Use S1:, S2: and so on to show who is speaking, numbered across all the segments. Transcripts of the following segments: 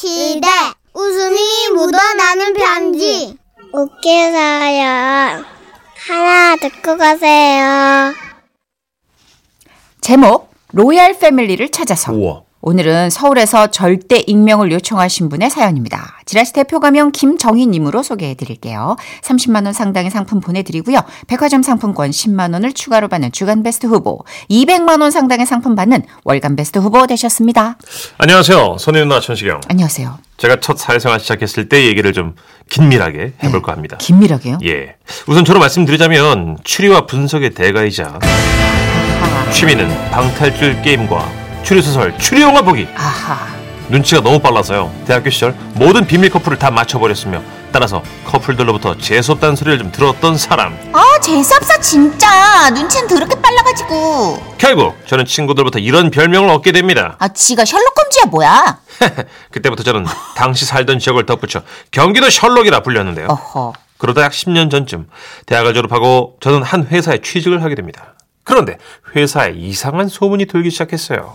S1: 편지인데 웃음이 묻어나는 편지. 웃겨서요. 하나 듣고 가세요.
S2: 제목 로얄 패밀리를 찾아서
S3: 우와.
S2: 오늘은 서울에서 절대 익명을 요청하신 분의 사연입니다. 지라시 대표 가명 김정희님으로 소개해 드릴게요. 30만 원 상당의 상품 보내드리고요. 백화점 상품권 10만 원을 추가로 받는 주간 베스트 후보, 200만 원 상당의 상품 받는 월간 베스트 후보 되셨습니다.
S3: 안녕하세요. 선희 누나 천식영.
S2: 안녕하세요.
S3: 제가 첫 사회생활 시작했을 때 얘기를 좀 긴밀하게 해볼까 합니다.
S2: 네. 긴밀하게요.
S3: 예. 우선 저로 말씀드리자면 추리와 분석의 대가이자 취미는 방탈출 게임과 추리소설, 추리영화 보기.
S2: 아하.
S3: 눈치가 너무 빨라서요. 대학교 시절 모든 비밀 커플을 다 맞춰버렸으며 따라서 커플들로부터 재수없다는 소리를 좀 들었던 사람.
S4: 아 재수없어 진짜 눈치는 더럽게 빨라가지고
S3: 결국 저는 친구들부터 이런 별명을 얻게 됩니다.
S4: 아 지가 셜록 홈즈야 뭐야
S3: 그때부터 저는 당시 살던 지역을 덧붙여 경기도 셜록이라 불렸는데요.
S2: 어허.
S3: 그러다 약 10년 전쯤 대학을 졸업하고 저는 한 회사에 취직을 하게 됩니다. 그런데 회사에 이상한 소문이 돌기 시작했어요.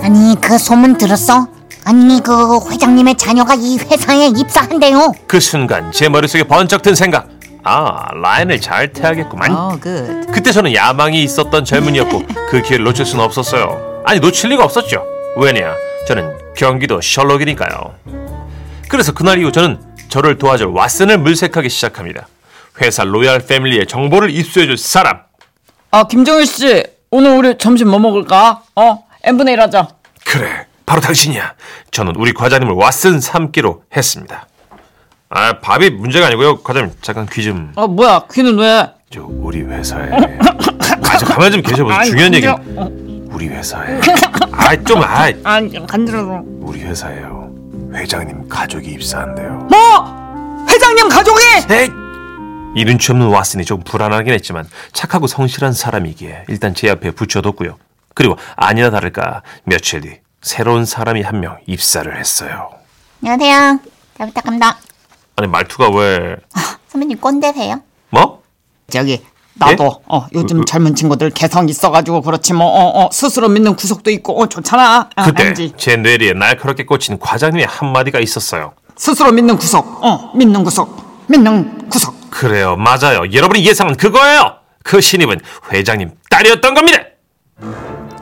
S4: 아니 그 소문 들었어? 아니 그 회장님의 자녀가 이 회사에 입사한대요
S3: 그 순간 제 머릿속에 번쩍 든 생각. 아, 라인을 잘 태야겠구만.
S2: 어, 굿.
S3: 그때 저는 야망이 있었던 젊은이였고 그 기회를 놓칠 수는 없었어요. 아니 놓칠 리가 없었죠. 왜냐? 저는 경기도 셜록이니까요. 그래서 그날 이후 저는 저를 도와줄 왓슨을 물색하기 시작합니다. 회사 로얄 패밀리에 정보를 입수해줄 사람.
S5: 아, 김정일 씨, 오늘 우리 점심 뭐 먹을까? 어, N분의 1 하자.
S3: 그래, 바로 당신이야. 저는 우리 과장님을 왓슨 삼기로 했습니다. 아 밥이 문제가 아니고요, 과장님 잠깐 귀 좀.
S5: 아, 뭐야, 귀는 왜?
S3: 저 우리 회사에. 아저 가만 좀 계셔보세요.
S5: 아이,
S3: 중요한 얘기.
S5: 근데요.
S3: 우리 회사에. 아좀 아.
S5: 아, 간지러워.
S3: 우리 회사에요. 회장님 가족이 입사한대요.
S5: 뭐? 회장님 가족이?
S3: 이 눈치 없는 왓슨이 조금 불안하긴 했지만 착하고 성실한 사람이기에 일단 제 앞에 붙여뒀고요. 그리고 아니나 다를까 며칠 뒤 새로운 사람이 한 명 입사를 했어요.
S4: 안녕하세요 잘 부탁합니다
S3: 아니 말투가 왜
S4: 선배님 꼰대세요?
S3: 뭐?
S5: 저기, 나도, 어, 요즘 젊은 친구들 개성 있어가지고 그렇지 뭐, 어, 어, 스스로 믿는 구석도 있고, 어, 좋잖아. 아,
S3: 그때
S5: 알지?
S3: 제 뇌리에 날카롭게 꽂힌 과장님의 한마디가 있었어요.
S5: 스스로 믿는 구석, 어, 믿는 구석, 믿는 구석.
S3: 그래요, 맞아요. 여러분의 예상은 그거예요. 그 신입은 회장님 딸이었던 겁니다.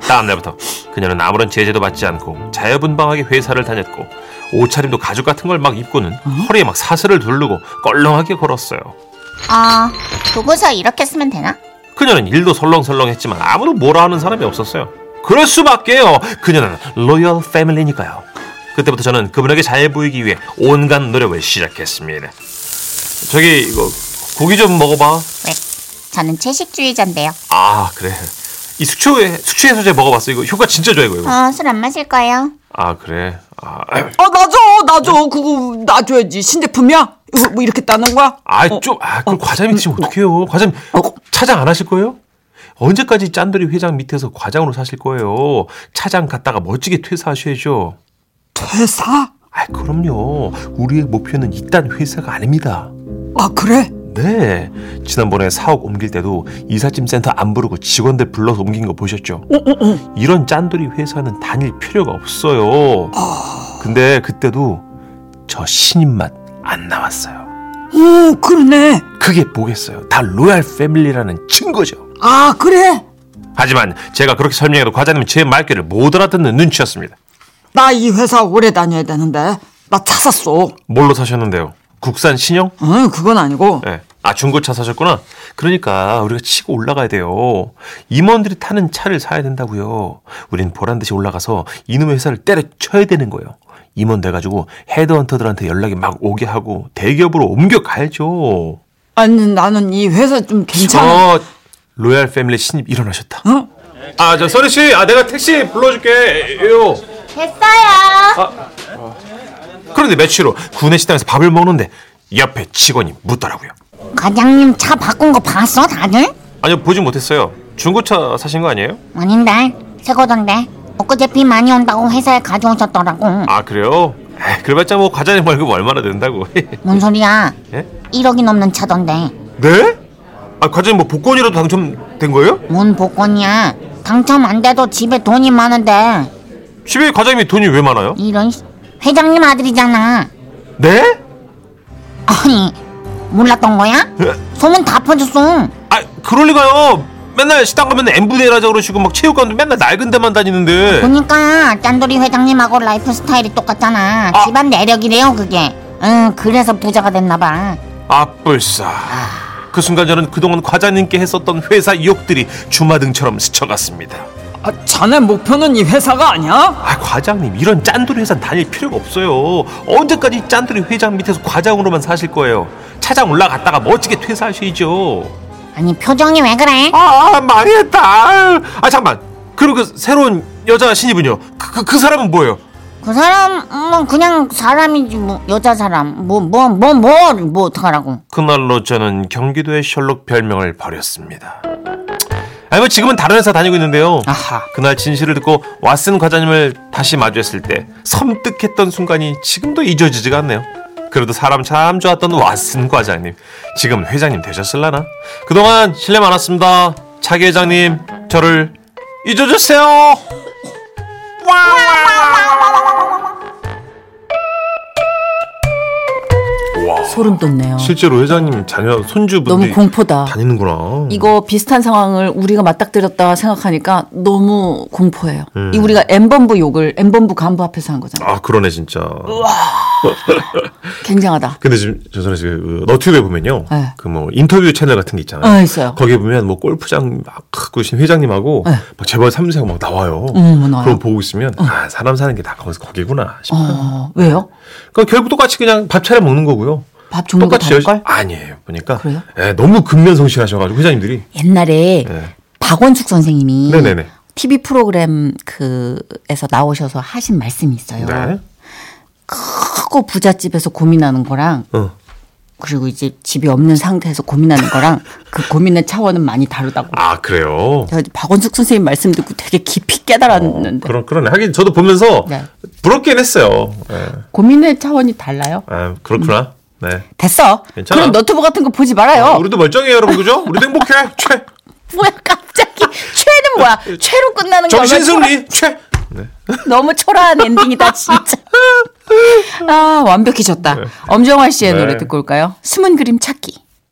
S3: 다음 날부터 그녀는 아무런 제재도 받지 않고 자유분방하게 회사를 다녔고 옷차림도 가죽 같은 걸 막 입고는 허리에 막 사슬을 두르고 껄렁하게 걸었어요.
S4: 아 보고서 이렇게 쓰면 되나?
S3: 그녀는 일도 설렁설렁했지만 아무도 뭐라 하는 사람이 없었어요. 그럴 수밖에요. 그녀는 로열 패밀리니까요. 그때부터 저는 그분에게 잘 보이기 위해 온갖 노력을 시작했습니다. 저기 이거 고기 좀 먹어봐.
S4: 왜? 저는 채식주의자인데요
S3: 아 그래 이 숙취 숙취 해소제 먹어봤어 이거 효과 진짜 좋아 이거 이거
S4: 아 술 안 마실 거예요
S3: 아 그래 아,
S5: 어, 나 줘, 나 줘. 그거, 나 줘야지. 신제품이야? 이거 뭐 이렇게 따는 거야?
S3: 아, 좀, 아, 그럼 과장님 드시면 어떡해요? 과장님, 차장 안 하실 거예요? 언제까지 짠돌이 회장 밑에서 과장으로 사실 거예요? 차장 갔다가 멋지게 퇴사하셔야죠.
S5: 퇴사?
S3: 아, 그럼요. 우리의 목표는 이딴 회사가 아닙니다.
S5: 아, 그래?
S3: 네. 지난번에 사옥 옮길 때도 이삿짐 센터 안 부르고 직원들 불러서 옮긴 거 보셨죠? 이런 짠돌이 회사는 다닐 필요가 없어요. 근데 그때도 저 신입 맛 안 나왔어요.
S5: 오, 그러네.
S3: 그게 뭐겠어요? 다 로얄 패밀리라는 증거죠.
S5: 아, 그래?
S3: 하지만 제가 그렇게 설명해도 과장님은 제 말귀를 못 알아듣는 눈치였습니다.
S5: 나 이 회사 오래 다녀야 되는데 나 차 샀어.
S3: 뭘로 사셨는데요? 국산 신형?
S5: 응, 그건 아니고.
S3: 예. 아 중고차 사셨구나. 그러니까 우리가 치고 올라가야 돼요. 임원들이 타는 차를 사야 된다고요. 우린 보란 듯이 올라가서 이놈의 회사를 때려쳐야 되는 거예요. 임원 돼가지고 헤드헌터들한테 연락이 막 오게 하고 대기업으로 옮겨가야죠.
S5: 아니, 나는 이 회사 좀 괜찮아.
S3: 저 로얄 패밀리 신입 일어나셨다.
S5: 어?
S3: 아 저 서리 씨, 아 내가 택시 불러줄게요.
S4: 됐어요
S3: 그런데 며칠 후 구내식당에서 밥을 먹는데 옆에 직원이 묻더라고요.
S4: 과장님 차 바꾼 거 봤어 다들?
S3: 아니요 보진 못했어요. 중고차 사신 거 아니에요?
S4: 아닌데 새 거던데 엊그제 비 많이 온다고 회사에 가져오셨더라고
S3: 아 그래요? 에이, 그래봤자 뭐 과장님 월급 얼마나 된다고.
S4: 뭔 소리야
S3: 예?
S4: 1억이 넘는 차던데
S3: 네? 아 과장님 뭐 복권이라도 당첨된 거예요?
S4: 뭔 복권이야? 당첨 안 돼도 집에 돈이 많은데
S3: 집에 과장님이 돈이 왜 많아요?
S4: 이런 씨- 회장님 아들이잖아.
S3: 네?
S4: 아니 몰랐던 거야? 소문 다 퍼졌어.
S3: 아 그럴 리가요. 맨날 식당 가면 엠부대라자 그러시고 막 체육관도 맨날 낡은 데만 다니는데.
S4: 보니까 짠돌이 회장님하고 라이프 스타일이 똑같잖아.
S3: 아.
S4: 집안 내력이래요 그게. 응 그래서 부자가 됐나봐.
S3: 아뿔싸. 그 순간 저는 그동안 과장님께 했었던 회사 욕들이 주마등처럼 스쳐갔습니다.
S5: 아, 자네 목표는 이 회사가 아니야?
S3: 아 과장님 이런 짠돌이 회사 다닐 필요가 없어요. 언제까지 짠돌이 회장 밑에서 과장으로만 사실 거예요. 차장 올라갔다가 멋지게 퇴사하시죠.
S4: 아니 표정이 왜 그래?
S3: 아 망했다. 아 잠만. 그리고 그 새로운 여자 신입은요. 그 그, 그 사람은 뭐예요?
S4: 그 사람 뭐 그냥 사람이지 뭐 여자 사람 뭐 뭐 뭐 뭐 뭐 어떡하라고.
S3: 그날로 저는 경기도의 셜록 별명을 버렸습니다. 아니 뭐 지금은 다른 회사 다니고 있는데요.
S5: 아하.
S3: 그날 진실을 듣고 왓슨 과장님을 다시 마주했을 때 섬뜩했던 순간이 지금도 잊어지지가 않네요. 그래도 사람 참 좋았던 왓슨 과장님 지금 회장님 되셨을라나? 그동안 실례 많았습니다. 차기 회장님 저를 잊어주세요.
S6: 소름 돋네요.
S3: 어. 실제로 회장님 자녀
S6: 너무
S3: 손주분들이
S6: 공포다.
S3: 다니는구나.
S6: 이거 비슷한 상황을 우리가 맞닥뜨렸다 생각하니까 너무 공포해요.
S3: 음.
S6: 이 우리가 엠번부 욕을 엠번부 간부 앞에서 한 거잖아.
S3: 아 그러네 진짜.
S6: 굉장하다.
S3: 근데 지금 조선에 지금 그 너튜브에 보면요,
S6: 네.
S3: 그 뭐 인터뷰 채널 같은 게 있잖아요.
S6: 아, 있어요.
S3: 거기 에 보면 뭐 골프장 막 갖고 계신 회장님하고
S6: 네.
S3: 막 재벌 3세하고 막 나와요.
S6: 음, 뭐 나와요?
S3: 그럼 보고 있으면 아 사람 사는 게 다 거기서 거기구나 싶어요.
S6: 어, 왜요?
S3: 그러니까 결국 똑같이 그냥 밥 차려 먹는 거고요.
S6: 밥 종류가
S3: 열-
S6: 다를걸?
S3: 아니에요. 보니까
S6: 그래요?
S3: 예, 너무 근면성실하셔가지고 회장님들이
S6: 옛날에
S3: 예.
S6: 박원숙 선생님이
S3: 네네네.
S6: TV 프로그램 그에서 나오셔서 하신 말씀이 있어요.
S3: 네.
S6: 크고 부잣집에서 고민하는 거랑
S3: 어.
S6: 그리고 이제 집이 없는 상태에서 고민하는 거랑 그 고민의 차원은 많이 다르다고.
S3: 아 그래요.
S6: 제가 박원숙 선생님 말씀 듣고 되게 깊이 깨달았는데
S3: 어, 그런 그러네. 하긴 저도 보면서
S6: 네.
S3: 부럽긴 했어요. 예.
S6: 고민의 차원이 달라요.
S3: 아 그렇구나. 네.
S6: 됐어.
S3: 괜찮아.
S6: 그런 너튜브 같은 거 보지 말아요.
S3: 아, 우리도 멀쩡해요, 여러분 그죠? 우리도 행복해. 최
S6: 뭐야 갑자기 최는 뭐야? 최로 끝나는 거야.
S3: 정신승리 최.
S6: 너무 초라한 엔딩이다 진짜. 아 완벽해졌다. 엄정화 씨의
S3: 네.
S6: 노래 듣고 올까요? 숨은 그림 찾기.